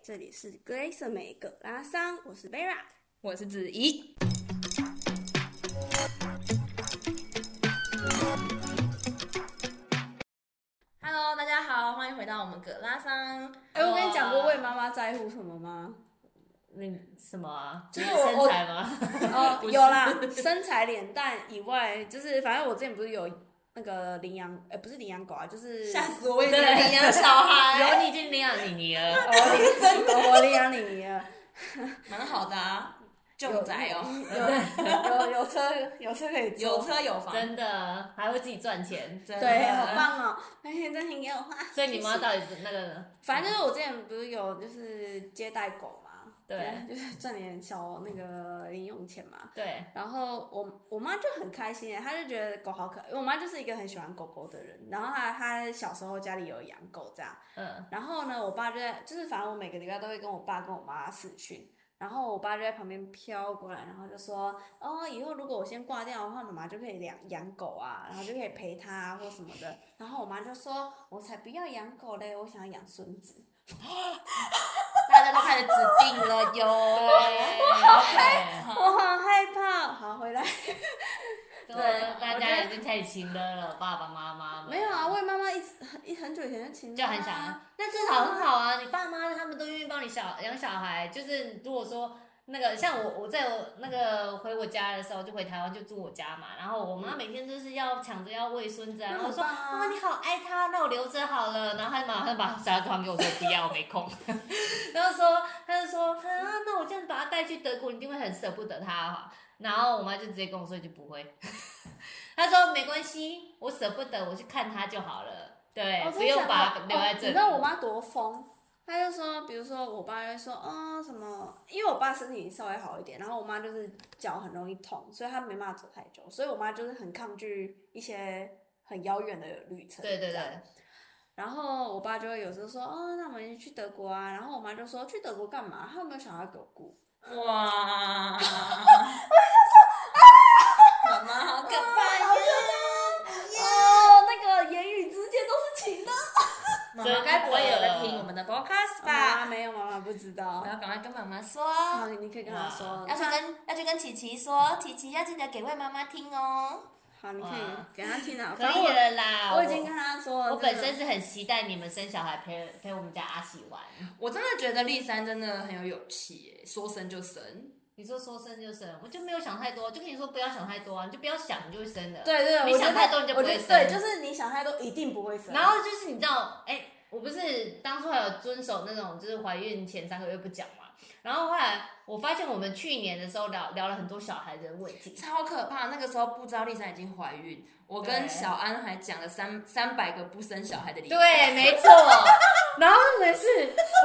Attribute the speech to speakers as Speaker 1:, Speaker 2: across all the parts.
Speaker 1: 这里是 Grace 美葛拉桑，我是 Vera。
Speaker 2: 我是子怡。Hello，大家好，欢迎回到我们葛拉桑。
Speaker 1: 哎、
Speaker 2: 呃
Speaker 1: 我跟你讲过为妈妈在乎什么吗？
Speaker 3: 那什么啊？
Speaker 1: 就是我
Speaker 3: 身材吗？
Speaker 1: 哦，
Speaker 3: 不是
Speaker 1: 有啦，身材、脸蛋以外，就是反正我之前不是有那个领养，呃，不是领养狗啊，就是
Speaker 2: 吓死我！我也 觉得你养小孩，
Speaker 3: 有你已经领养你你了。
Speaker 1: 哦，领真的，我领养你尼了，
Speaker 2: 蛮好的啊，重宅哦，
Speaker 1: 有有有车有车可以坐，
Speaker 2: 有车有房，
Speaker 3: 真的还会自己赚钱，
Speaker 2: 真的
Speaker 1: 对，好棒哦！哎，真的给我花，
Speaker 3: 所以你妈到底是那个
Speaker 1: 反正就是我之前不是有就是接待狗嘛，
Speaker 3: 对，
Speaker 1: 就是赚点小那个零用钱嘛。
Speaker 3: 对
Speaker 1: 然后我我妈就很开心耶，她就觉得狗好可爱。因为我妈就是一个很喜欢狗狗的人，然后她她小时候家里有养狗这样，
Speaker 3: 嗯
Speaker 1: 然后呢，我爸就在就是反正我每个礼拜都会跟我爸跟我妈视讯，然后我爸就在旁边飘过来，然后就说哦，以后如果我先挂掉的话，妈妈就可以养养狗啊，然后就可以陪它、啊、或什么的。然后我妈就说，我才不要养狗嘞，我想要养孙子。
Speaker 2: 大家都开始指定了哟。
Speaker 3: 对
Speaker 1: 我好害怕，好回来。
Speaker 3: 对，大家已经开始亲热了，爸爸妈妈们
Speaker 1: 没有啊，我也妈妈一直一很久以前就请假
Speaker 3: 就
Speaker 1: 啊
Speaker 3: 很想，那至少很好啊，你爸妈他们都愿意帮你小养小孩，就是如果说。那个像我，我在我那个回我家的时候，就回台湾就住我家嘛，然后我妈每天就是要抢着要喂孙子啊，然
Speaker 1: 那
Speaker 3: 后
Speaker 1: 很
Speaker 3: 说
Speaker 1: 棒
Speaker 3: 妈，
Speaker 1: 啊。
Speaker 3: 你好爱他，那我留着好了。然后他马上把沙子还给我，说不要，我没空。 然后说，他就说啊，那我这样把他带去德国，你一定会很舍不得他哈。然后我妈就直接跟我说一句不会， 她说没关系，我舍不得，我去看他就好了，对，
Speaker 1: 哦
Speaker 3: 哎不用把他
Speaker 1: 真的
Speaker 3: 留
Speaker 1: 假的哦
Speaker 3: 在这
Speaker 1: 你
Speaker 3: 里。
Speaker 1: 知道我妈多疯？她就说，比如说我爸就会说，嗯，什么？因为我爸身体稍微好一点，然后我妈就是脚很容易痛，所以她没办法走太久，所以我妈就是很抗拒一些很遥远的旅程。
Speaker 3: 对对
Speaker 1: 这样
Speaker 3: 对，
Speaker 1: 然后我爸就会有时候说，哦，那我们去德国啊。然后我妈就说，去德国干嘛？她有没有想要给我顾？
Speaker 2: 哇！ 妈妈好可怕呀！
Speaker 1: 哦，那个言语之间都是情的。
Speaker 2: 妈妈该不会有在听我们的 podcast
Speaker 1: 妈妈
Speaker 2: 吧？
Speaker 1: 没有，妈妈不知道
Speaker 2: 我。要赶快跟妈妈说，
Speaker 1: 好，你可以跟她说
Speaker 2: 要。去跟要去跟琪琪说，琪琪要记得给魏妈妈听哦。
Speaker 1: 好，你可以
Speaker 3: 哇
Speaker 1: 给她听啊。
Speaker 3: 可
Speaker 1: 反正
Speaker 3: 以
Speaker 1: 我
Speaker 3: 了啦。
Speaker 1: 我已经跟他说了，
Speaker 3: 啊我本
Speaker 1: 真的
Speaker 3: 身是很期待你们生小孩陪陪我们家阿喜玩。
Speaker 2: 我真的觉得丽珊真的很有勇气耶，说生就生。
Speaker 3: 你说说生就生，我就没有想太多，就跟你说不要想太多啊，你就不要想，你就会生的。
Speaker 1: 对对，
Speaker 3: 你
Speaker 1: 我觉得
Speaker 3: 想太多你就不
Speaker 1: 我觉
Speaker 3: 会
Speaker 1: 得
Speaker 3: 生
Speaker 1: 对，就是你想太多一定不会生。
Speaker 3: 然后就是你知道，哎、我不是当初还有遵守那种就是怀孕前三个月不讲嘛，然后后来我发现我们去年的时候聊聊了很多小孩的问题，
Speaker 2: 超可怕！那个时候不知道丽珊已经怀孕，我跟
Speaker 3: 对
Speaker 2: 小安还讲了三三百个不生小孩的理由。，
Speaker 3: 对，没错。然后没事，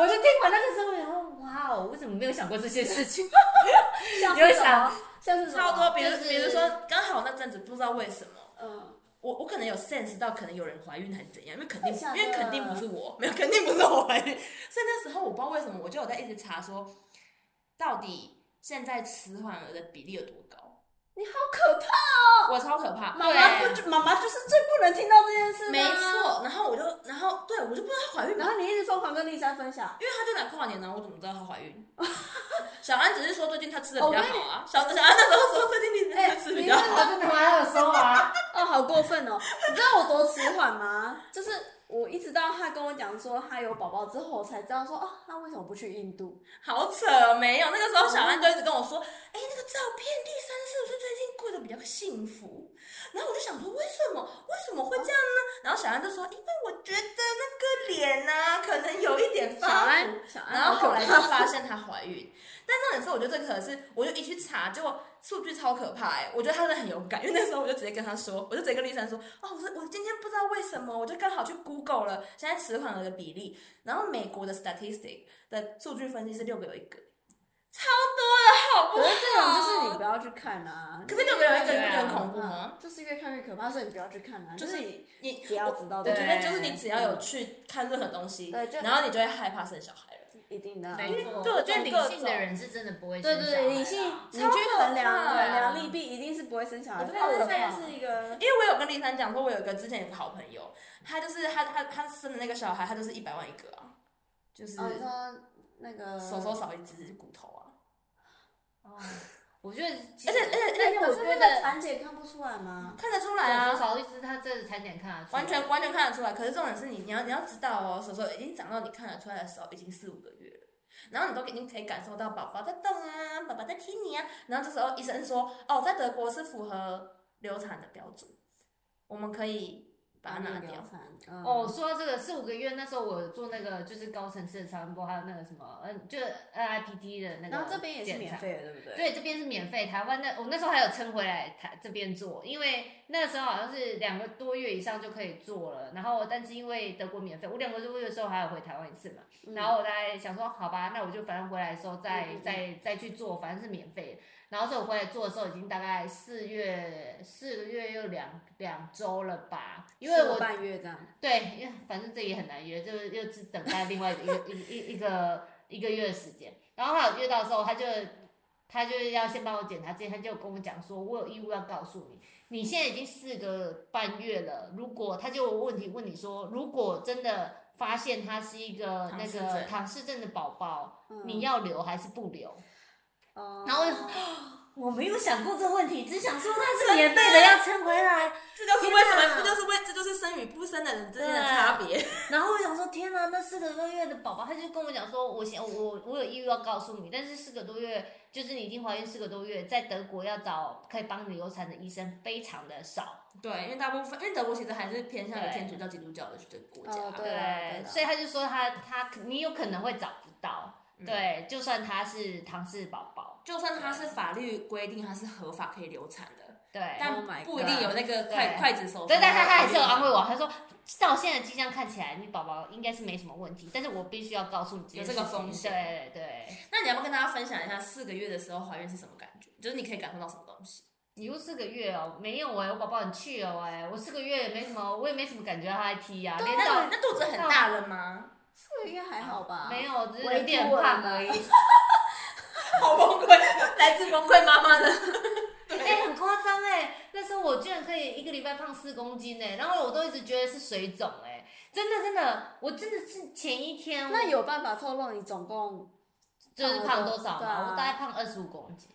Speaker 3: 我就听完那个时候，然后哇哦，我怎么没有想过这些事情？
Speaker 1: 像
Speaker 3: 有
Speaker 1: 是什
Speaker 3: 想
Speaker 1: 么？像是什么
Speaker 2: 超多。比如、
Speaker 3: 就是
Speaker 2: 比如说，刚好那阵子不知道为什么，
Speaker 1: 嗯，
Speaker 2: 我我可能有 sense 到可能有人怀孕还是怎样，因为肯定
Speaker 1: 太吓
Speaker 2: 因为
Speaker 1: 人
Speaker 2: 肯定不是我， 没有肯定不是我怀孕，所以那时候我不知道为什么，我就有在一直查说，到底现在迟缓儿的比例有多高？
Speaker 1: 你好可怕！
Speaker 2: 我超可怕，
Speaker 1: 妈妈
Speaker 2: 对
Speaker 1: 不就，妈妈就是最不能听到这件事。啊
Speaker 2: 没。错。然后我就然后对我就不知道她怀孕
Speaker 1: 然后你一直疯狂跟丽珊分享，
Speaker 2: 因为她就来跨年了，我怎么知道她怀孕？ 小安只是说最近她吃的
Speaker 1: 哦
Speaker 2: 比较好啊。小小安那时候说最近你
Speaker 1: 哎
Speaker 2: 她吃比较好，
Speaker 3: 我真的蛮有收啊，
Speaker 1: 哦，好过分哦！你知道我多迟缓吗？就是我一直到她跟我讲说她有宝宝之后，我才知道说哦，她为什么不去印度？
Speaker 2: 好扯，哦没有。那个时候小安就一直跟我说，
Speaker 1: 哦
Speaker 2: 哎、那个照片第三是不是最近过得比较幸福？然后我就想说，为什么为什么会这样呢？然后小安就说，因为我觉得那个脸啊，可能有一点
Speaker 1: 小
Speaker 2: 发福
Speaker 1: 安，小安，
Speaker 2: 然后
Speaker 1: 好可
Speaker 2: 后来就
Speaker 1: 怕
Speaker 2: 发现她怀孕，但重点是，我觉得最可能是，我就一去查，结果数据超可怕哎、我觉得她真的很勇敢，因为那时候我就直接跟她说，我就直接跟丽珊说，哦，我说我今天不知道为什么，我就刚好去 Google 了现在迟缓儿的比例，然后美国的 statistic 的数据分析是六个有一个，超多
Speaker 1: 可
Speaker 2: 的好不好？
Speaker 1: 是这种就是你不要去看啊。
Speaker 2: 可是六个有一个，你
Speaker 3: 对
Speaker 2: 不
Speaker 3: 啊
Speaker 2: 觉得很恐怖吗？
Speaker 1: 嗯，就是越看越可怕，所以你不要去看啊。
Speaker 2: 就是
Speaker 1: 你
Speaker 2: 你
Speaker 1: 不要知道
Speaker 2: 我
Speaker 1: 这
Speaker 2: 觉
Speaker 1: 个，
Speaker 2: 得就是你只要有去看任何东西，
Speaker 1: 对就
Speaker 2: 然后你就会害怕生小孩
Speaker 1: 嗯
Speaker 2: 了。
Speaker 1: 一定的，
Speaker 3: 没错，
Speaker 2: 各
Speaker 3: 我
Speaker 2: 种
Speaker 3: 觉得理性的人是真的不会生
Speaker 1: 对
Speaker 3: 小孩
Speaker 1: 对对，
Speaker 3: 啊。
Speaker 1: 理性，你去
Speaker 2: 超可怕
Speaker 1: 衡量
Speaker 2: 啊
Speaker 1: 衡量利弊，一定是不会生小孩。
Speaker 2: 我觉得
Speaker 1: 但是
Speaker 2: 我
Speaker 1: 这也
Speaker 2: 怕
Speaker 1: 是一个，
Speaker 2: 因为我有跟丽珊讲说，我有一个之前有个好朋友，他就是他他他生的那个小孩，他就是一百万一个啊，就是、
Speaker 1: 哦，你说那个
Speaker 2: 手手少一只骨头啊。
Speaker 3: 哦，我觉得其实，
Speaker 2: 而且而且而
Speaker 1: 对，
Speaker 2: 且，
Speaker 1: 可
Speaker 2: 我
Speaker 1: 是
Speaker 2: 觉
Speaker 1: 那个
Speaker 2: 得
Speaker 1: 产检看不出来吗？
Speaker 2: 看得出来
Speaker 3: 手手
Speaker 2: 啊，
Speaker 3: 少一只，他这个产检看得出来
Speaker 2: 完全完全看得出来。可是重点是你你要你要知道哦，手手已经长到你看得出来的时候已经四五个月了。然后你都已经可以感受到宝宝在动啊，宝宝在踢你啊。然后这时候医生说，哦，在德国是符合流产的标准，我们可以把它拿掉。
Speaker 1: 掉
Speaker 3: 哦，，说到这个四五个月，那时候我做那个就是高层次的超声波，还有那个什么，嗯，就是 NIPT 的那个，
Speaker 1: 然后这边也是免。费的，对不对？
Speaker 3: 对，这边是免费。台湾那我那时候还有撑回来台这边做，因为那时候好像是两个多月以上就可以做了。然后，但是因为德国免费，我两个多月的时候还有回台湾一次嘛。
Speaker 1: 嗯
Speaker 3: 然后我大概想说，好吧，那我就反正回来的时候再、
Speaker 1: 嗯嗯嗯
Speaker 3: 再再去做，反正是免费的。然后所以我回来做的时候，已经大概四月四个月又两两周了吧，因为
Speaker 1: 四个
Speaker 3: 我
Speaker 1: 半月这样，
Speaker 3: 对，因为反正这也很难约，就是又是等待另外一个一个一一个一个月的时间。然后他有约到的时候，他就他就是要先帮我检查之前，他就跟我讲说，我有义务要告诉你，你现在已经四个半月了。如果他就有问题问你说，如果真的发现他是一个那
Speaker 2: 唐氏
Speaker 3: 个
Speaker 2: 症
Speaker 3: 唐氏症的宝宝，
Speaker 1: 嗯
Speaker 3: 你要留还是不留？
Speaker 1: 哦
Speaker 3: 然后我没有想过这个问题，只想说他是免费的要撑回来，
Speaker 2: 这就是为什
Speaker 3: 天哪啊
Speaker 2: 么，这就是为这就是生与不生的人之间的差别。
Speaker 3: 然后我想说，天哪，那四个多月的宝宝，他就跟我讲说，我想我我有义务要告诉你，但是四个多月就是你已经怀孕四个多月，在德国要找可以帮你流产的医生非常的少，
Speaker 2: 对，因为大部分，因为德国其实还是偏向于
Speaker 3: 对
Speaker 2: 天主教、基督教的这个国家。
Speaker 1: 哦对啊对啊
Speaker 3: 所以他就说他他你有可能会找不到，
Speaker 2: 嗯
Speaker 3: 对，就算他是唐氏宝宝，
Speaker 2: 就算它是法律规定它是合法可以流产的，
Speaker 3: 对，
Speaker 2: 但
Speaker 1: Oh my
Speaker 2: 不一定有那个筷
Speaker 3: 对
Speaker 2: 筷子手术。
Speaker 3: 对，但他他还是有安慰我，他说照现在迹象看起来，你宝宝应该是没什么问题，但是我必须要告诉你件
Speaker 2: 有这个
Speaker 3: 事情
Speaker 2: 风险
Speaker 3: 对对。
Speaker 2: 那你要不要跟大家分享一下四个月的时候怀孕是什么感觉？就是你可以感受到什么东西？
Speaker 3: 你又四个月哦，没有哎、我宝宝很去哦哎、我四个月也没什么，我也没什么感觉到他在踢啊，连
Speaker 2: 那
Speaker 3: 到
Speaker 2: 那肚子很大了吗？
Speaker 1: 这个应该还好吧？
Speaker 3: 没有，只是
Speaker 1: 围
Speaker 3: 有点
Speaker 1: 住我
Speaker 3: 胖
Speaker 1: 了
Speaker 3: 而已。
Speaker 2: 好崩溃，来自崩溃妈妈的。
Speaker 3: 哎、很夸张哎，那时候我居然可以一个礼拜胖四公斤哎、然后我都一直觉得是水肿哎、真的真的，我真的是前一天
Speaker 1: 那有办法透露你总共
Speaker 3: 就是胖多少
Speaker 1: 对
Speaker 3: 嘛，
Speaker 1: 啊
Speaker 3: 我大概胖二十五公斤。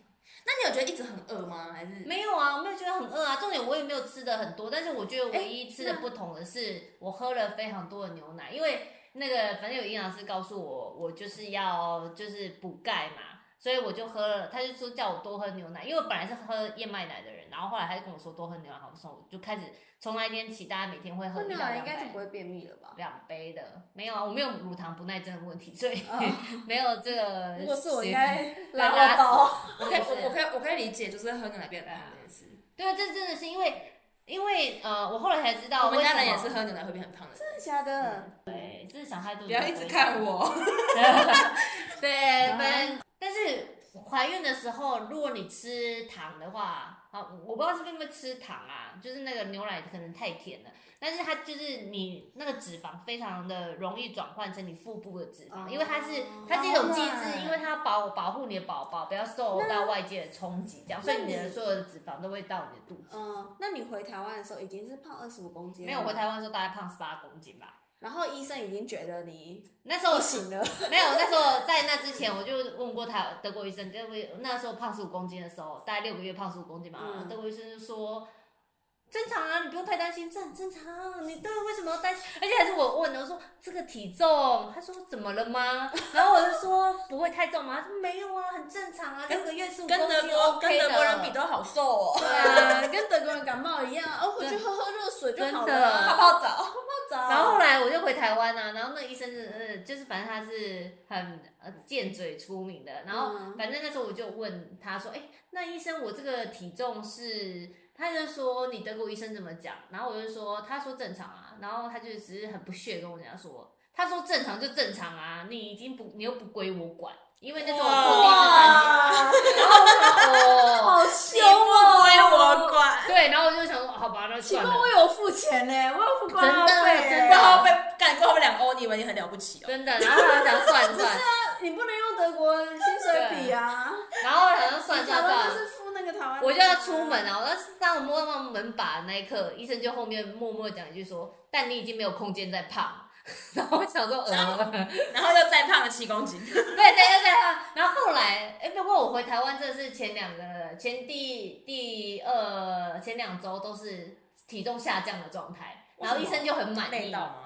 Speaker 2: 那你有觉得一直很饿吗？还是
Speaker 3: 没有啊，我没有觉得很饿啊。重点我也没有吃的很多，但是我觉得唯一吃的
Speaker 1: 哎那
Speaker 3: 不同的是，我喝了非常多的牛奶，因为那个反正有营养师告诉我，我就是要就是补钙嘛，所以我就喝了。他就说叫我多喝牛奶，因为我本来是喝燕麦奶的人，然后后来他就跟我说多喝牛奶好不爽，我就开始从那一天起，大家每天会喝
Speaker 1: 喝
Speaker 3: 一
Speaker 1: 牛
Speaker 3: 到
Speaker 1: 啊奶应
Speaker 3: 两
Speaker 1: 该就
Speaker 3: 杯
Speaker 1: 不。会便秘了吧？
Speaker 3: 两杯的没有啊，我没有乳糖不耐症的问 题，所以、
Speaker 1: 哦
Speaker 3: 没有这个。
Speaker 1: 如果是我应该拉
Speaker 3: 拉
Speaker 1: 到包，
Speaker 2: 我可以我我可以我可以理解，就是啊喝牛奶变胖这件事。
Speaker 3: 对，啊这真的是因为因为呃，我后来才知道
Speaker 2: 我们
Speaker 3: 为什
Speaker 2: 家
Speaker 3: 么
Speaker 2: 人也是喝牛奶会变很胖的人。
Speaker 1: 真的假的？
Speaker 3: 对，这是想太多。
Speaker 2: 不要一直看。我。嗯对
Speaker 3: 对，但但是怀孕的时候，如果你吃糖的话，啊，我不知道是不是因为吃糖啊，就是那个牛奶可能太甜了，但是它就是你那个脂肪非常的容易转换成你腹部的脂肪，
Speaker 1: 哦
Speaker 3: 因为它是它是一种机
Speaker 2: 当
Speaker 3: 制，
Speaker 2: 然
Speaker 3: 因为它要保保护你的宝宝不要受到外界的冲击，这样，所以你
Speaker 1: 那
Speaker 3: 的
Speaker 1: 你
Speaker 3: 所有的脂肪都会到你的肚子。
Speaker 1: 嗯，那你回台湾的时候已经是胖二十五公斤了，
Speaker 3: 没有回，台湾的时候大概胖十八公斤吧，
Speaker 1: 然后医生已经觉得你
Speaker 3: 那时候
Speaker 1: 不行 了，
Speaker 3: 没有，那时候在那之前我就问过他德国医生，德国那时候胖十五公斤的时候，大概六个月胖十五公斤嘛，
Speaker 1: 嗯
Speaker 3: 德国医生就说正常啊，你不用太担心，这很正常、啊。你对为什么要担心？而且还是我问的，我说这个体重，他说怎么了吗？ 然后我就说不会太重吗？他说没有啊，很正常啊，
Speaker 2: 跟
Speaker 3: 六个月十五公
Speaker 2: 跟
Speaker 3: 斤
Speaker 2: 德国
Speaker 3: OK
Speaker 2: 跟
Speaker 3: 的。
Speaker 2: 德国人比都好瘦哦，
Speaker 1: 对啊，跟德国人感冒一样， 哦，回去喝喝热水就好
Speaker 3: 真的
Speaker 1: 了，
Speaker 2: 泡泡澡。
Speaker 1: 澡
Speaker 3: 然后后来我就回台湾啊，然后那医生是呃，就是反正他是很呃贱嘴出名的，然后
Speaker 1: 嗯
Speaker 3: 反正那时候我就问他说，哎、那医生我这个体重是，他就说你德国医生怎么讲，然后我就说他说正常啊，然后他就只是很不屑跟我讲说，他说正常就正常啊，你已经不你又不归我管，因为那时候我做第一次产
Speaker 1: 哇，
Speaker 3: 检，然后我就哦。
Speaker 1: 好凶
Speaker 2: 你不归我
Speaker 1: 哦！
Speaker 2: 管，
Speaker 3: 对，然后我就想说，哦好吧，那
Speaker 1: 奇怪，
Speaker 3: 算了。
Speaker 1: 我有付钱呢，我有付挂号
Speaker 3: 真的
Speaker 1: 费耶，
Speaker 3: 真
Speaker 2: 然
Speaker 3: 的
Speaker 2: 后被干过我们两个欧，你以为你很了不起哦？
Speaker 3: 真的，然后他想算
Speaker 1: 不是
Speaker 3: 算，
Speaker 1: 啊，你不能用德国薪水比啊，
Speaker 3: 然后好像 算
Speaker 1: 你
Speaker 3: 算
Speaker 1: 台
Speaker 3: 算
Speaker 1: 湾，就是付那个台湾，
Speaker 3: 我就要出门。啊！我当时当我摸到门把的那一刻，医生就后面默默讲一句说：“但你已经没有空间再胖。” 然后我想说，
Speaker 2: 啊
Speaker 3: 呃，
Speaker 2: 然后又再胖了七公斤。
Speaker 3: 对对对对，然后后来，哎，不过我回台湾真的是前两个前第第二前两周都是体重下降的状态，然后医生就很满
Speaker 2: 累
Speaker 3: 意。
Speaker 2: 到吗？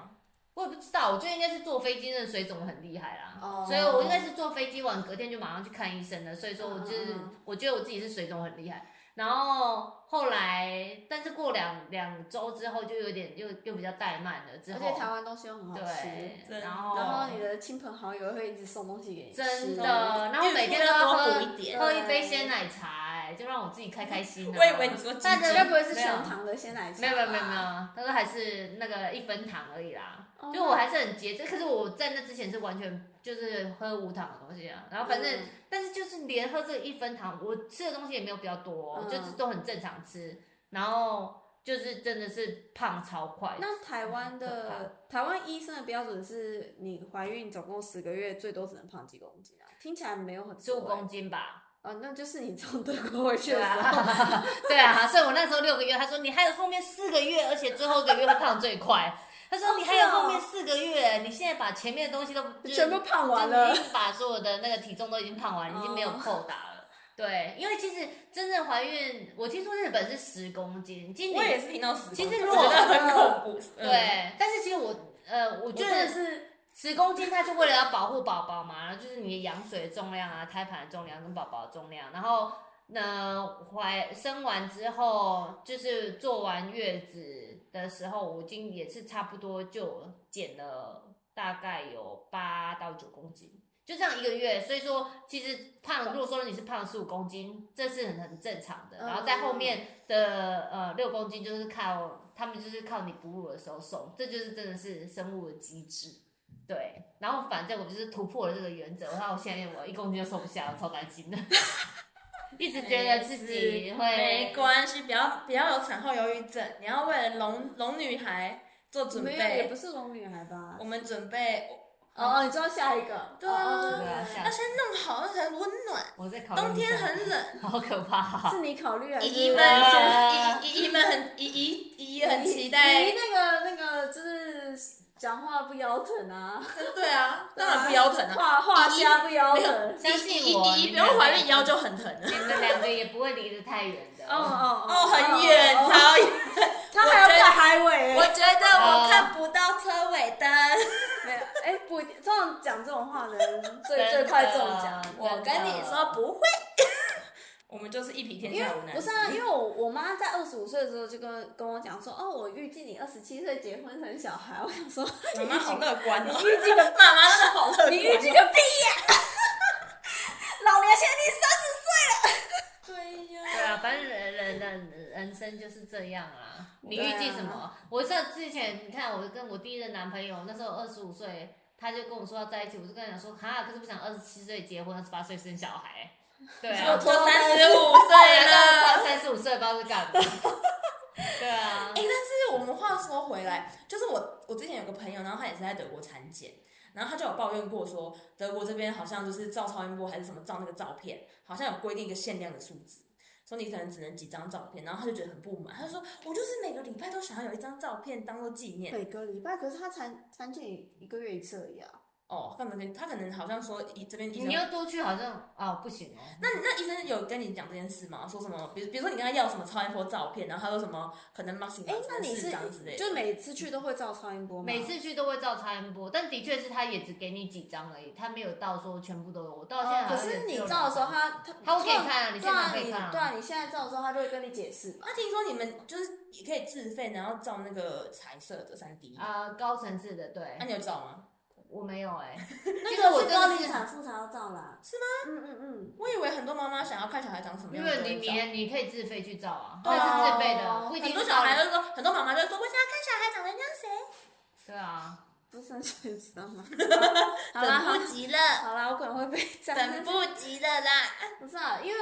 Speaker 3: 我也不知道，我觉得应该是坐飞机那水肿很厉害啦
Speaker 1: 哦
Speaker 3: 所以我应该是坐飞机完隔天就马上去看医生了，所以说我就是、
Speaker 1: 嗯嗯嗯
Speaker 3: 我觉得我自己是水肿很厉害。然后后来，但是过两两周之后就有点又又比较怠慢了，之
Speaker 1: 而
Speaker 3: 后
Speaker 1: 且台湾东西又很好吃，
Speaker 3: 对，
Speaker 2: 真
Speaker 3: 然后
Speaker 1: 然后你的亲朋好友会一直送东西给你吃，
Speaker 3: 真的，
Speaker 1: 然后
Speaker 3: 啊然后每天都要
Speaker 2: 孕妇要多
Speaker 3: 喝
Speaker 2: 补一点
Speaker 3: 喝一杯鲜奶茶、哎，就让我自己开开心、啊。
Speaker 2: 我以为你说鸡
Speaker 3: 但
Speaker 2: 精
Speaker 3: 是
Speaker 1: 该不会是全糖的鲜奶茶吧？
Speaker 3: 没有没有没有没有，他说还是那个一分糖而已啦。
Speaker 1: 哦，
Speaker 3: 就我还是很节制，可是我在那之前是完全就是喝无糖的东西啊，然后反正、
Speaker 1: 嗯
Speaker 3: 但是就是连喝这一分糖，我吃的东西也没有比较多、哦
Speaker 1: 嗯
Speaker 3: 就是都很正常吃，然后就是真的是胖超快。
Speaker 1: 那台湾
Speaker 3: 很
Speaker 1: 的台湾医生的标准是你怀孕总共十个月，最多只能胖几公斤啊？听起来没有很多
Speaker 3: 十五
Speaker 1: 欸
Speaker 3: 公斤吧，
Speaker 1: 哦，那就是你从德国回去
Speaker 3: 对
Speaker 1: 的时 候，
Speaker 3: 啊， 对啊，所以我那时候六个月，他说你还有后面四个月，而且最后一个月会胖 最快。他说
Speaker 1: 哦
Speaker 3: 你还有
Speaker 1: 是哦
Speaker 3: 后面四个月，你现在把前面的东西都就是
Speaker 1: 全部胖完
Speaker 3: 就
Speaker 1: 了嗯
Speaker 3: 你已。经把所有的那个体重都已经胖完，已经没有扣打了。对，因为其实真正怀孕，我听说日本是十公斤，今
Speaker 2: 我也
Speaker 3: 年
Speaker 2: 是听到十公斤，
Speaker 3: 其实
Speaker 2: 我
Speaker 3: 如果
Speaker 2: 觉得很恐怖。嗯，
Speaker 3: 对，但是其实我呃，我
Speaker 1: 我
Speaker 3: 觉
Speaker 1: 真
Speaker 3: 得
Speaker 1: 的是
Speaker 3: 十公斤，它是为了要保护宝宝嘛，然后就是你的羊水的重量啊、胎盘的重量跟宝宝的重量，然后呢怀生完之后，就是坐完月子的时候，我已经也是差不多就减了大概有八到九公斤。就这样一个月，所以说其实胖，如果说你是胖十五公斤，这是很很正常的。
Speaker 1: 嗯
Speaker 3: 然后在后面的呃六公斤就是靠他们就是靠你哺乳的时候瘦，这就是真的是生物的机制。对，然后反正我就是突破了这个原则，然后我现在我一公斤就瘦不下了，超担心的， 一直觉得自己
Speaker 2: 没
Speaker 3: 会。
Speaker 2: 关系，不要不要有产后忧郁症，你要为了龙龙女孩做准
Speaker 1: 没有，也
Speaker 2: 备
Speaker 1: 不。是龙女孩吧
Speaker 2: 我？们准备
Speaker 1: 哦哦，你知道下一个？
Speaker 2: 对啊
Speaker 1: 哦哦
Speaker 3: 对啊下
Speaker 2: 要先弄好，那才温暖。
Speaker 3: 我在考虑
Speaker 2: 冬天
Speaker 3: 一下
Speaker 2: 很冷，
Speaker 3: 好可怕、
Speaker 1: 是你考虑还是
Speaker 2: 姨姨
Speaker 3: 啊
Speaker 2: 们姨姨姨们很姨姨姨姨很期
Speaker 1: 你
Speaker 2: 待。
Speaker 1: 那个那个就是讲话不腰疼啊，
Speaker 2: 对啊，当然不腰疼啊。
Speaker 1: 画画虾不腰
Speaker 2: 没有
Speaker 1: 疼。
Speaker 3: 相信我
Speaker 2: 姨姨姨
Speaker 3: 你
Speaker 2: 不
Speaker 3: 们
Speaker 2: 用怀孕腰就很疼了。
Speaker 3: 你们两个也不会离得太远的。
Speaker 1: 哦哦
Speaker 2: 哦，很远，
Speaker 1: 哦
Speaker 2: 超远。
Speaker 1: 他还要
Speaker 2: 我觉得
Speaker 1: 在海尾
Speaker 2: 我
Speaker 1: 欸。
Speaker 2: 觉得我看不到车尾灯。
Speaker 1: 没有，哎，不，通常讲这种话的人最
Speaker 3: 真
Speaker 1: 最
Speaker 3: 的
Speaker 1: 快中奖。
Speaker 2: 我跟你说不会，我们就是一匹天
Speaker 1: 因为
Speaker 2: 下无难
Speaker 1: 不是啊，因为我我妈在二十五岁的时候就跟跟我讲说，哦，我预计你二十七岁结婚生小孩。我想说，
Speaker 2: 妈妈好乐观哦，
Speaker 1: 预计个
Speaker 2: 妈妈真的好乐观哦。
Speaker 1: 你预计个屁呀！老娘现在
Speaker 2: 对呀，
Speaker 3: 对啊，反正人人人人生就是这样啊。你
Speaker 1: 对
Speaker 3: 预
Speaker 1: 啊
Speaker 3: 计什么？我这之前你看，我跟我第一任男朋友那时候二十五岁，他就跟我说要在一起，我就跟他讲说，哈，可是我想二十七岁结婚，二十八岁生小孩。对啊，
Speaker 2: 我
Speaker 1: 就
Speaker 2: 都三十五岁了。
Speaker 3: 快三十五岁，不知道是干嘛。对啊
Speaker 2: 哎、，但是我们话说回来，就是我我之前有个朋友，然后他也是在德国产检，然后他就有抱怨过说，德国这边好像就是照超音波还是什么照那个照片，好像有规定一个限量的数字，说你可能只能几张照片，然后他就觉得很不满，他就说我就是每个礼拜都想要有一张照片当做纪
Speaker 1: 你
Speaker 2: 念。
Speaker 1: 每个礼拜，可是她产产检一个月一次而已啊。
Speaker 2: 哦，他能他可能好像说一这边医生
Speaker 3: 你，要多去好像哦不行哦。
Speaker 2: 那那医生有跟你讲这件事吗？说什么？比如比如说你跟他要什么超音波照片，然后他说什么可能 maximum
Speaker 1: 哎，那你
Speaker 2: 四
Speaker 1: 是
Speaker 2: 张之类的。
Speaker 1: 就每次去都会照超音波吗？
Speaker 3: 每次去都会照超音波，但的确是他也只给你几张而已，他没有到说全部都有。我到现
Speaker 1: 哦，
Speaker 3: 在
Speaker 1: 可
Speaker 3: 好像也
Speaker 1: 是
Speaker 3: 只
Speaker 1: 你
Speaker 3: 有
Speaker 1: 照的时候，
Speaker 3: 两张
Speaker 1: 他他
Speaker 3: 他会给你看啊，
Speaker 1: 对
Speaker 3: 你现场
Speaker 1: 啊，
Speaker 3: 可以
Speaker 1: 你
Speaker 3: 看啊。
Speaker 1: 对啊，你现在照的时候，他就会跟你解释嘛。
Speaker 2: 那啊听说你们就是也可以自费，然后照那个彩色的三 D，那、
Speaker 1: 啊
Speaker 3: 呃，高层次的，对，
Speaker 2: 你有照吗？
Speaker 3: 我没有哎、
Speaker 1: 那
Speaker 3: 其实我
Speaker 1: 是
Speaker 3: 真
Speaker 1: 高
Speaker 3: 的
Speaker 1: 龄
Speaker 3: 是，
Speaker 1: 产妇才要照啦。是吗？嗯嗯
Speaker 2: 我以为很多妈妈想要看小孩长什么
Speaker 3: 因
Speaker 2: 样子
Speaker 3: 为
Speaker 2: 都
Speaker 3: 你
Speaker 2: 会
Speaker 3: 你
Speaker 2: 照，
Speaker 3: 也你可以自费去照啊，
Speaker 2: 对
Speaker 3: 它
Speaker 2: 啊
Speaker 3: 是自费的，不一
Speaker 2: 很
Speaker 3: 定是
Speaker 2: 多小孩
Speaker 3: 高
Speaker 2: 就说，很多妈妈就说我想要看小孩长得像谁，
Speaker 3: 对
Speaker 1: 嗯，
Speaker 3: 啊，
Speaker 1: 不是很想知道吗？ 好啦好啦
Speaker 2: 等 不及了，
Speaker 1: 好啦，我可能会被这样。
Speaker 2: 等不及了啦。
Speaker 1: 不是啊，因为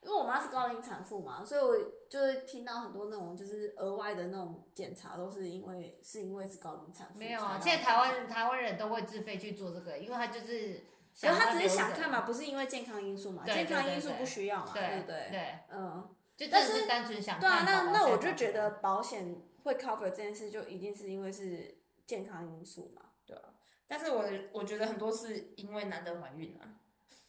Speaker 1: 因为我妈是高龄产妇嘛，所以我就是听到很多那种就是额外的那种检查，都是因为是因为是高龄产妇才
Speaker 3: 没
Speaker 1: 要
Speaker 3: 有啊
Speaker 1: 做。，
Speaker 3: 现在台湾台湾人都会自费去做这个，因为他就是
Speaker 1: 可
Speaker 3: 想
Speaker 1: 是
Speaker 3: 要留着，
Speaker 1: 她只是想看嘛，不是因为健康因素嘛，
Speaker 3: 对
Speaker 1: 健康
Speaker 3: 对对
Speaker 1: 因素
Speaker 3: 对
Speaker 1: 不需要嘛，对
Speaker 3: 对
Speaker 1: 不对？
Speaker 3: 对，
Speaker 1: 嗯，
Speaker 3: 就真
Speaker 1: 但
Speaker 3: 的
Speaker 1: 是
Speaker 3: 是单纯想
Speaker 1: 对啊，
Speaker 3: 看宝宝
Speaker 1: 那那我
Speaker 3: 现
Speaker 1: 就
Speaker 3: 场
Speaker 1: 觉
Speaker 3: 怎么样
Speaker 1: 得保险会 cover 这件事，就一定是因为是健康因素嘛。
Speaker 2: 但是我我觉得很多是因为难得怀孕啊，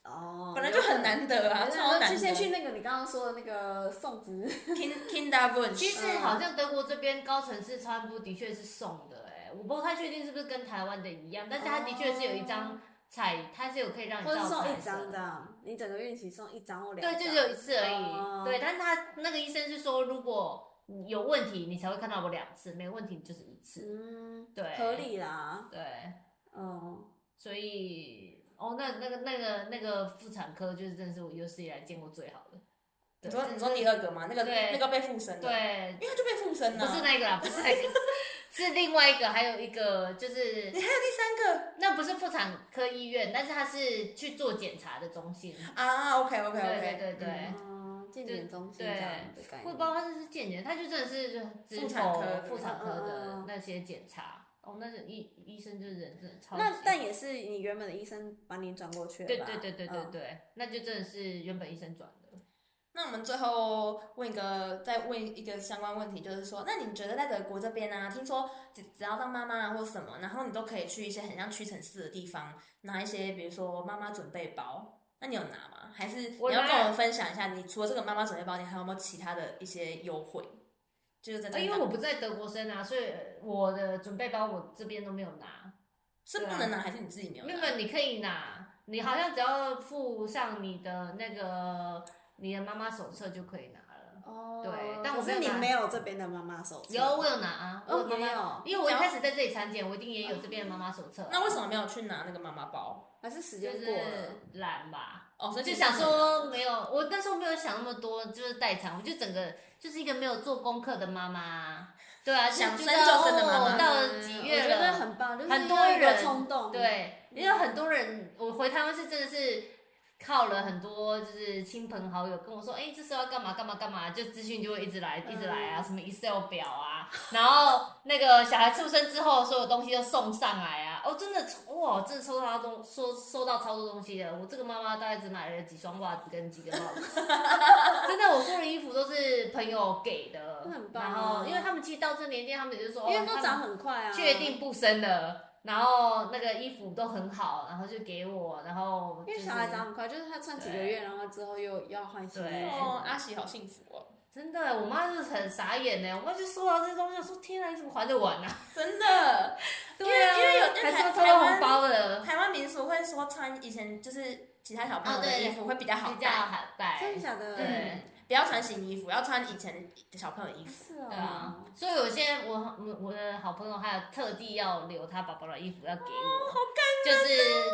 Speaker 1: 哦，
Speaker 2: 本来就很难得啊，
Speaker 1: 有可
Speaker 2: 超
Speaker 1: 能。
Speaker 2: 难
Speaker 1: 去先去
Speaker 2: 得。
Speaker 1: 那个你刚刚说的那个送子，
Speaker 2: King Kinderwunsch，
Speaker 3: 其实
Speaker 2: 嗯
Speaker 3: 好像德国这边高层次超音波的确是送的、哎，我不太确定是不是跟台湾的一样，但是它的确是有一张彩，它是有可以让你
Speaker 1: 或者
Speaker 3: 照
Speaker 1: 送
Speaker 3: 彩
Speaker 1: 一张
Speaker 3: 色
Speaker 1: 这样，你整个孕期送一张或两张。
Speaker 3: 对，就只有一次而已。
Speaker 1: 哦
Speaker 3: 对，但是他那个医生是说，如果有问题，你才会看到我两次，没问题就是一次。
Speaker 1: 嗯，
Speaker 3: 对，
Speaker 1: 合。理啦，
Speaker 3: 对，
Speaker 1: 嗯，
Speaker 3: 所以哦，那那个那个那个妇产科就是真的是我有史以来见过最好的。
Speaker 2: 你
Speaker 3: 对
Speaker 2: 说你说第二个嘛，那个
Speaker 3: 对
Speaker 2: 那个被附身的，，
Speaker 3: 对，
Speaker 2: 因为他就被附身了、
Speaker 3: 不是那个啦，不是 那个，是另外一个，还有一个就是
Speaker 2: 你还有第三个
Speaker 3: 那不是妇产科医院，但是他是去做检查的中心。
Speaker 2: 啊？OK OK
Speaker 3: 对
Speaker 2: OK，
Speaker 3: 对对对。
Speaker 1: 嗯，健检中心这样的概
Speaker 3: 我也
Speaker 1: 念
Speaker 3: 不知。道他是不是健检，他就真的是只
Speaker 2: 妇产科的
Speaker 3: 妇产科
Speaker 1: 嗯嗯
Speaker 3: 的
Speaker 1: 嗯
Speaker 3: 那些检查。哦，那是医医生就是人真的超级。
Speaker 1: 那但也是你原本的医生把你转过去
Speaker 3: 对
Speaker 1: 的吧？
Speaker 3: 对对对对
Speaker 1: 嗯
Speaker 3: 对，那就真的是原本医生转的。
Speaker 2: 那我们最后问一个，再问一个相关问题，就是说，那你觉得在德国这边啊，听说只只要当妈妈啊或什么，然后你都可以去一些很像屈臣氏的地方拿一些，比如说妈妈准备包，那你有拿吗？还是你
Speaker 3: 我
Speaker 2: 要
Speaker 3: 拿
Speaker 2: 跟我们分享一下，你除了这个妈妈准备包，你还有没有其他的一些优惠？就是在这
Speaker 3: 呃
Speaker 2: 边
Speaker 3: 因
Speaker 2: 拿、
Speaker 3: 为我不在德国生啊，所以我的准备包我这边都没有拿。
Speaker 2: 是
Speaker 3: 啊
Speaker 2: 不能拿，还是你自己没有
Speaker 3: 没
Speaker 2: 拿？
Speaker 3: 有，没有，你可以拿，你好像只要附上你的那个你的妈妈手册就可以拿了。
Speaker 1: 哦，
Speaker 3: 对但我
Speaker 1: 可
Speaker 3: 没
Speaker 1: 是
Speaker 3: 有
Speaker 1: 你
Speaker 3: 拿
Speaker 1: 没有这边的妈妈手册。
Speaker 3: 有，我有拿啊，我
Speaker 1: 哦
Speaker 3: 有妈
Speaker 1: 你也
Speaker 3: 妈，
Speaker 1: 有，
Speaker 3: 因为我一开始在这里产检，我一定也有这边的妈妈手册啊。
Speaker 2: 那为什么没有去拿那个妈妈包？
Speaker 1: 还是时
Speaker 3: 就
Speaker 1: 间过了？
Speaker 3: 是懒吧？
Speaker 2: 哦，所
Speaker 3: 我
Speaker 2: 以其
Speaker 3: 就
Speaker 2: 实
Speaker 3: 想
Speaker 2: 是没有
Speaker 3: 说没有，我那时候没有想那么多，就是代偿，我就整个就是一个没有做功课的妈妈，对啊，
Speaker 2: 想
Speaker 3: 就
Speaker 2: 生
Speaker 3: 觉得
Speaker 2: 就生的妈妈
Speaker 3: 哦到了几
Speaker 1: 嗯
Speaker 3: 月
Speaker 1: 我觉得
Speaker 3: 了，
Speaker 1: 很棒，就是
Speaker 3: 很多
Speaker 1: 要有一个
Speaker 3: 人
Speaker 1: 冲动，，
Speaker 3: 对，因为很多人，我回台湾是真的是靠了很多就是亲朋好友跟我说，哎、这时候要干嘛干嘛干嘛，就资讯就会一直
Speaker 1: 嗯
Speaker 3: 来一直来啊，什么 Excel 表啊，然后那个小孩出生之后，所有东西都送上来啊，哦，真的哇，真的收到东收收到超多东西的，我这个妈妈大概只买了几双袜子跟几个 帽子，真的，我所有的衣服都是朋友给的
Speaker 1: 那很，棒啊
Speaker 3: 然后因为他们其实到这年纪，他们也就说，
Speaker 1: 因
Speaker 3: 哦
Speaker 1: 为都
Speaker 3: 他们
Speaker 1: 长很快啊，
Speaker 3: 确定不生了，然后那个衣服都很好，然后就给我，然后
Speaker 1: 因为
Speaker 3: 就是
Speaker 1: 小孩长很快，就是他穿几个
Speaker 3: 对
Speaker 1: 月，然后之后又要换新衣
Speaker 3: 对
Speaker 1: 服。
Speaker 2: 哦，阿喜好幸福哦，
Speaker 3: 真的，我妈就是很傻眼呢，我妈就收到这东西，我说天啊，你怎么还得完 啊？
Speaker 2: 真的。
Speaker 3: 对啊，
Speaker 2: 因为有因为
Speaker 3: 还
Speaker 2: 台
Speaker 3: 收到红包了，
Speaker 2: 台湾民俗会说穿以前就是其他小朋友
Speaker 3: 哦
Speaker 2: 的
Speaker 3: 对
Speaker 2: 衣服会比较好
Speaker 3: 比较
Speaker 2: 带，
Speaker 3: 好
Speaker 1: 真
Speaker 3: 带
Speaker 1: 的，假的？
Speaker 3: 对
Speaker 2: 不要穿新衣服，要穿以前的小朋友的衣服。
Speaker 1: 是
Speaker 3: 对
Speaker 1: 哦
Speaker 3: 啊。，所以我现在我我我的好朋友还有特地要留他宝宝的衣服要给
Speaker 1: 哦
Speaker 3: 我，就是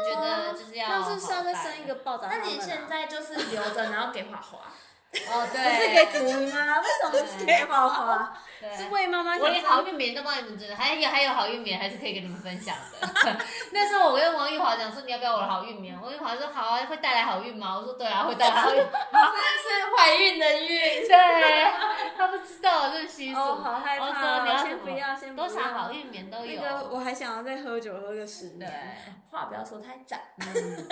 Speaker 3: 觉得就是要
Speaker 1: 那是不是要再
Speaker 3: 好带
Speaker 1: 生一个爆炸他
Speaker 2: 那
Speaker 1: 们啊？
Speaker 2: 你现在就是留着，然后给华 华，
Speaker 3: 哦，
Speaker 1: 不是
Speaker 3: 对，
Speaker 1: 给毒吗？为什么是给宝宝？
Speaker 3: 对
Speaker 1: 是为妈妈
Speaker 3: 我
Speaker 1: 想
Speaker 3: 连好运棉都帮你们准备，还有还有好运棉还是可以跟你们分享的。 那时候我跟王玉华讲说你要不要我的好运棉，王玉华说好啊，会带来好运吗？我说对啊，会带来好运。
Speaker 2: 是怀孕的孕。
Speaker 3: 对，他不知道这是习俗。
Speaker 1: 哦，好害
Speaker 3: 我
Speaker 1: 怕
Speaker 3: 说你要
Speaker 1: 哦，
Speaker 3: 什
Speaker 1: 先不
Speaker 3: 么
Speaker 1: 要，先不
Speaker 3: 多
Speaker 1: 要。
Speaker 3: 少好运棉都
Speaker 1: 那
Speaker 3: 有。
Speaker 1: 个我还想要再喝酒喝个十
Speaker 3: 对，
Speaker 1: 年。
Speaker 2: 话不要说太早。
Speaker 3: 嗯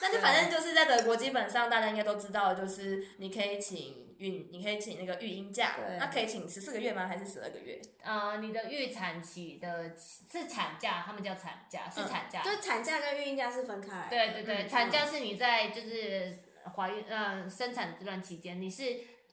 Speaker 2: 但是反正就是在德国，基本上大家应该都知道，就是你可以请孕，你可以请那个育婴假
Speaker 1: 对，
Speaker 2: 那可以请十四个月吗？还是十二个月？
Speaker 3: 呃，你的预产期的是产假，他们叫产假，是产假。
Speaker 1: 就是产假跟孕假是分开来的。
Speaker 3: 对对对，
Speaker 1: 嗯
Speaker 3: 产假是你在就是怀孕呃生产这段期间，你是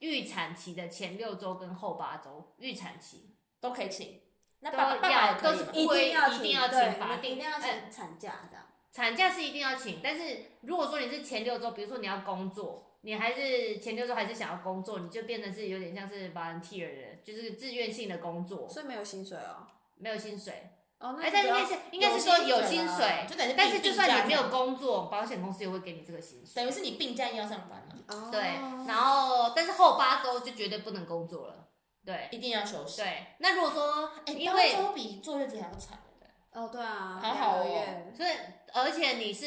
Speaker 3: 预产期的前六周跟后八周，预产期
Speaker 2: 都可以请。那
Speaker 3: 都
Speaker 2: 爸爸爸爸也
Speaker 3: 要
Speaker 2: 可
Speaker 3: 都
Speaker 2: 以
Speaker 3: 是
Speaker 2: 吗
Speaker 1: 一定要
Speaker 3: 一定要
Speaker 1: 对
Speaker 3: 请法
Speaker 1: 你
Speaker 3: 定
Speaker 1: 一定要
Speaker 3: 哎
Speaker 1: 请产假这样。
Speaker 3: 产假是一定要请，但是如果说你是前六周，比如说你要工作，你还是前六周还是想要工作，你就变成是有点像是 volunteer 的，就是自愿性的工作，
Speaker 1: 所以没有薪水哦。
Speaker 3: 没有薪水。
Speaker 1: 哦，那
Speaker 3: 哎，但应该是应该是说有薪水，
Speaker 2: 就等于
Speaker 3: 但是
Speaker 2: 病
Speaker 3: 就算你没，
Speaker 2: 病
Speaker 3: 有工作，保险公司也会给你这个薪
Speaker 2: 假
Speaker 3: 水。
Speaker 2: 等于是你病假要上班啊了，
Speaker 1: 哦
Speaker 3: 对，然后但是后八周就绝对不能工作了。对，
Speaker 2: 一定要休息。
Speaker 3: 对，那如果说，
Speaker 2: 哎，
Speaker 3: 因为
Speaker 2: 八周比坐月子还要长。
Speaker 1: 哦，对啊，
Speaker 2: 好好
Speaker 1: 两
Speaker 2: 哦
Speaker 1: 个月
Speaker 3: 所以而且你是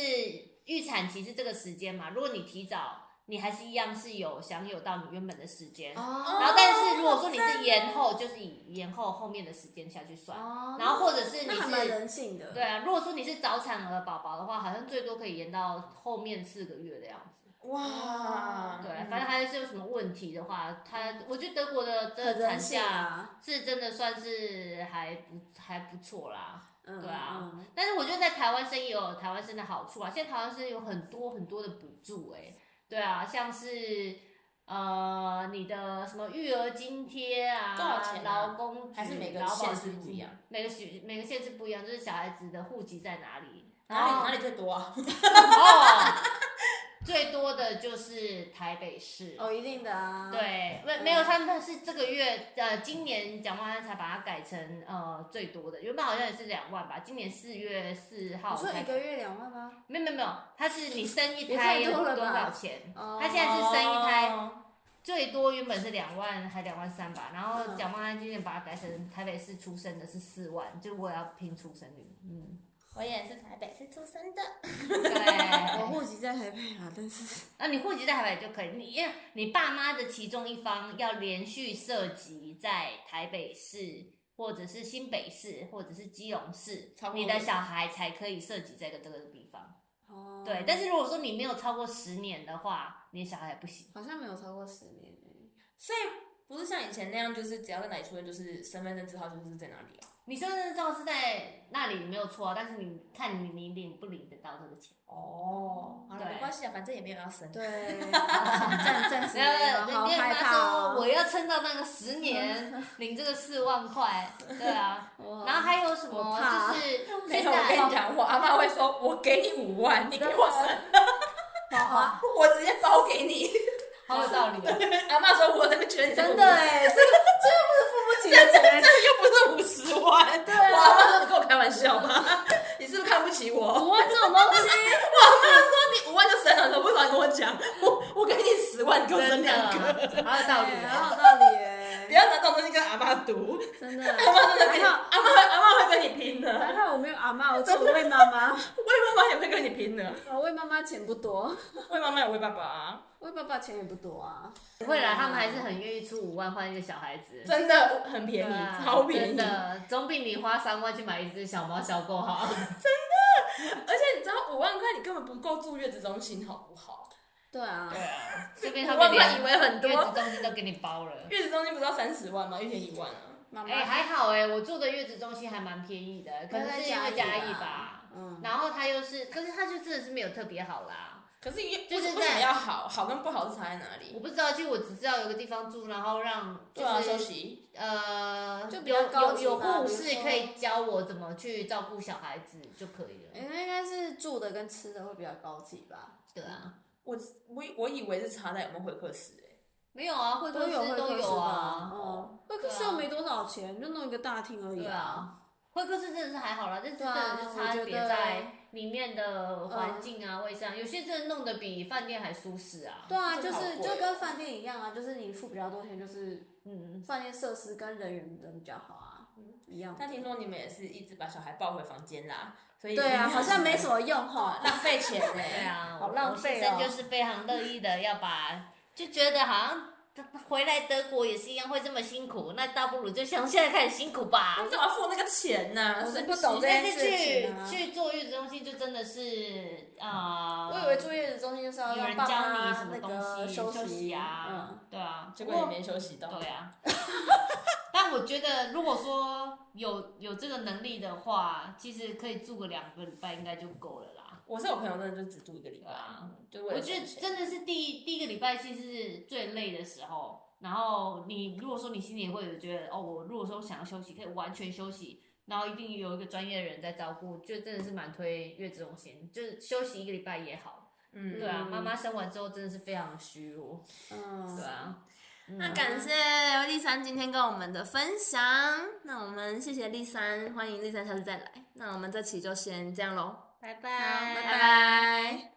Speaker 3: 预产期是这个时间嘛，如果你提早，你还是一样是有享有到你原本的时间。
Speaker 1: 哦
Speaker 3: 然后，但是如果说你是延后，就是以延后后面的时间下去算。
Speaker 1: 哦
Speaker 3: 然后或者是你
Speaker 1: 那还蛮
Speaker 3: 是
Speaker 1: 人性的。
Speaker 3: 对啊，如果说你是早产儿宝宝的话，好像最多可以延到后面四个月的样子。
Speaker 2: 哇，哦
Speaker 3: 对，
Speaker 1: 嗯
Speaker 3: 反正还是有什么问题的话，他我觉得德国的这
Speaker 1: 很
Speaker 3: 个
Speaker 1: 人
Speaker 3: 产
Speaker 1: 性
Speaker 3: 假
Speaker 1: 啊，
Speaker 3: 是真的算是还不还不错啦。
Speaker 1: 嗯，
Speaker 3: 对啊
Speaker 1: 嗯，
Speaker 3: 但是我觉得在台湾生也有台湾生的好处啊，现在台湾生有很多很多的补助、欸，对啊，像是呃你的什么育儿津贴啊，
Speaker 2: 多少钱啊
Speaker 3: 劳工局
Speaker 2: 还是每个
Speaker 3: 劳保
Speaker 2: 县市
Speaker 3: 局
Speaker 2: 不一样，
Speaker 3: 每个县每个县市不一样，就是小孩子的户籍在哪里，
Speaker 2: 哪里
Speaker 3: 然后
Speaker 2: 哪里最多啊？
Speaker 3: 哦，最多的就是台 北市。
Speaker 1: 哦，一定的啊，，
Speaker 3: 对，没没有，他们是这个月呃，今年蒋万安才把它改成呃最多的，原本好像也是两万吧，今年四月四号
Speaker 1: 你说
Speaker 3: 才
Speaker 1: 一个月两万吗？
Speaker 3: 没有没有没有，他是你生一
Speaker 1: 也
Speaker 3: 胎
Speaker 1: 太
Speaker 3: 有
Speaker 1: 多了
Speaker 3: 多
Speaker 1: 吧
Speaker 3: 少钱？
Speaker 1: 哦，
Speaker 3: 他现在是生一胎
Speaker 2: 哦
Speaker 3: 最多原本是两万还两万三吧，然后
Speaker 1: 嗯
Speaker 3: 蒋万安今年把它改成台北市出生的是四万，就我也要拼出生率， 嗯，
Speaker 2: 我也是台北市出生的，
Speaker 1: 我
Speaker 3: 对。
Speaker 1: 户籍在台北啊，但 是
Speaker 3: 那你户籍在台北就可以，你因为你爸妈的其中一方要连续涉及在台北市或者是新北市或者是基隆市
Speaker 2: 超，过
Speaker 3: 你的小孩才可以涉及这个这个地方。
Speaker 1: 哦，
Speaker 3: 对，但是如果说你没有超过十年的话，你的小孩也不行。
Speaker 1: 好像没有超过十年欸
Speaker 2: 所以不是像以前那样，就是只要在哪里出生，就是身份证字号就是在哪里啊。
Speaker 3: 你身份证照是在那里没有错啊，但是你看你你领不领得到这个钱？
Speaker 2: 哦，好了，
Speaker 3: 对
Speaker 2: 没关系啊，反正也没有要生。
Speaker 1: 对，暂暂时没有，好
Speaker 3: 你跟
Speaker 1: 害
Speaker 3: 你妈
Speaker 1: 怕
Speaker 3: 说我
Speaker 1: 哦。
Speaker 3: 要撑到那个十年，领这个四万块，对啊。
Speaker 1: 我
Speaker 3: 然后还有什
Speaker 1: 我
Speaker 3: 么？
Speaker 1: 怕
Speaker 3: 就是
Speaker 2: 没
Speaker 3: 现
Speaker 2: 有，我跟你
Speaker 3: 在
Speaker 2: 讲，我阿妈会说，我给你五万，你给我生，
Speaker 1: 好
Speaker 3: 哦
Speaker 1: 啊，
Speaker 2: 我直接包给你。
Speaker 3: 好有道理哦。
Speaker 2: 阿妈说，我在那边觉得你
Speaker 1: 真的哎，这个这个不是付不起的钱，
Speaker 2: 又不是五十万， 对
Speaker 1: 啊
Speaker 2: 我阿妈说你跟我开玩笑吗？ 你是不是看不起我？
Speaker 1: 五万这种东西，
Speaker 2: 你五万就生了，可不少你跟我讲，我我给你十万，你给我生
Speaker 3: 真的
Speaker 2: 两个，
Speaker 3: 好有道理
Speaker 1: 哎
Speaker 3: 哦。
Speaker 1: 好有道理
Speaker 2: 不
Speaker 1: 哎，
Speaker 2: 要拿这种东西跟阿妈赌，
Speaker 1: 真的。
Speaker 2: 阿妈真的跟
Speaker 1: 还
Speaker 2: 你，
Speaker 1: 好
Speaker 2: 阿妈会阿妈会跟你拼的，
Speaker 1: 还好我没有阿妈，我只有魏妈妈。
Speaker 2: 喂妈妈也会跟你拼的，
Speaker 1: 我魏妈妈钱不多，
Speaker 2: 喂妈妈也喂爸爸啊。
Speaker 1: 魏爸爸钱也不多啊。
Speaker 3: 不会啦，他们还是很愿意出五万换一个小孩子。
Speaker 2: 真的很便宜，
Speaker 3: 对啊
Speaker 2: 超便
Speaker 3: 真
Speaker 2: 宜。
Speaker 3: 的，总比你花三万去买一只小猫小狗好。
Speaker 2: 而且你知道五万块你根本不够住月子中心，好不好？
Speaker 1: 对啊，
Speaker 3: 这边他
Speaker 2: 五
Speaker 3: 们
Speaker 2: 万块
Speaker 3: 连
Speaker 2: 以为很
Speaker 3: 月
Speaker 2: 多，
Speaker 3: 子中心都给你包了。
Speaker 2: 月子中心不是要三十万吗？一天一万啊。
Speaker 1: 妈妈
Speaker 3: 哎、还好哎、我住的月子中心还蛮便宜的，
Speaker 1: 可
Speaker 3: 可能
Speaker 1: 能在
Speaker 3: 是因为嘉
Speaker 1: 嘉
Speaker 3: 义
Speaker 1: 义
Speaker 3: 吧
Speaker 1: 吧。嗯，
Speaker 3: 然后它又是，可是它就真的是没有特别好啦。
Speaker 2: 可是月
Speaker 3: 就是在
Speaker 2: 为什么要好？好跟不好是差在哪
Speaker 3: 我
Speaker 2: 里？
Speaker 3: 不知道，就我只知道有个地方住，然后让就
Speaker 2: 对啊，休
Speaker 3: 是、
Speaker 2: 息。
Speaker 3: 呃，
Speaker 1: 就比较
Speaker 3: 有
Speaker 1: 高
Speaker 3: 有
Speaker 1: 级
Speaker 3: 有
Speaker 1: 吧
Speaker 3: 护
Speaker 1: 比如
Speaker 3: 士
Speaker 1: 说
Speaker 3: 可以教我怎么去照顾小孩子就可以了。
Speaker 1: 应该是住的跟吃的会比较高级吧。
Speaker 3: 对啊，
Speaker 2: 我我我以为是差在有没有会客室欸诶、
Speaker 3: 没有啊，会客
Speaker 1: 都有
Speaker 3: 室
Speaker 1: 会
Speaker 3: 都
Speaker 1: 客室
Speaker 3: 有
Speaker 1: 吧，
Speaker 3: 啊。
Speaker 1: 嗯，会客室
Speaker 3: 对啊
Speaker 1: 又没多少钱，就弄一个大厅而已
Speaker 3: 对。啊，会客室真的是还好啦，但是真的
Speaker 1: 对啊
Speaker 3: 是
Speaker 1: 我
Speaker 3: 差
Speaker 1: 觉
Speaker 3: 别
Speaker 1: 得嗯
Speaker 3: 在里面的环境啊、卫生啊，有些真的弄得比饭店还舒适啊。
Speaker 1: 对啊，就
Speaker 2: 这个好
Speaker 1: 是
Speaker 2: 贵
Speaker 1: 就跟饭店一样啊，就是你付比较多钱，就是
Speaker 3: 嗯，
Speaker 1: 饭店设施跟人员都比较好啊，一样。
Speaker 2: 但听说你们也是一直把小孩抱回房间啦，所以
Speaker 1: 对啊，好像没什
Speaker 2: 么
Speaker 1: 么用哈。
Speaker 2: 浪费钱欸诶、
Speaker 3: 对啊，
Speaker 1: 好浪费
Speaker 3: 我
Speaker 1: 哦
Speaker 3: 先生就是非常乐意的要把，就觉得好像回来德国也是一样会这么辛苦，那倒不如就像现在开始辛苦吧
Speaker 2: 你。干嘛付那个钱呢、
Speaker 1: 我是
Speaker 2: 神
Speaker 1: 不懂
Speaker 2: 奇
Speaker 1: 哦这
Speaker 3: 但
Speaker 1: 件
Speaker 3: 是
Speaker 1: 事
Speaker 3: 去、
Speaker 1: 情啊
Speaker 3: 去坐月子中心就真的是啊、呃
Speaker 1: 我以为住月子中心就是要
Speaker 3: 有人
Speaker 1: 让
Speaker 3: 教
Speaker 1: 爸
Speaker 3: 你
Speaker 1: 妈
Speaker 3: 什么
Speaker 1: 那
Speaker 3: 东西
Speaker 1: 个息
Speaker 3: 息啊，
Speaker 1: 嗯，
Speaker 3: 对啊，
Speaker 2: 结果也没休息到。
Speaker 3: 对啊，但我觉得如果说有有这个能力的话，其实可以住个两个礼拜应该就够了啦。
Speaker 2: 我是有朋友真的就只住一个礼
Speaker 3: 对
Speaker 2: 拜，嗯
Speaker 3: 啊，
Speaker 2: 就为了
Speaker 3: 我觉得
Speaker 2: 省钱
Speaker 3: 真的是第一第一个礼拜其实是最累的时候。然后你如果说你心里会有觉得哦，我如果说想要休息，可以完全休息，然后一定有一个专业的人在照顾，就真的是蛮推月子中心，就是休息一个礼拜也好。
Speaker 2: 嗯
Speaker 3: 对啊，
Speaker 1: 嗯
Speaker 3: 妈妈生完之后真的是非常虚弱。
Speaker 1: 嗯，
Speaker 3: 对啊，
Speaker 2: 那感谢丽珊今天跟我们的分享，那我们谢谢丽珊，欢迎丽珊下次再来。那我们这期就先这样喽，
Speaker 3: 拜
Speaker 1: 好拜
Speaker 2: 拜拜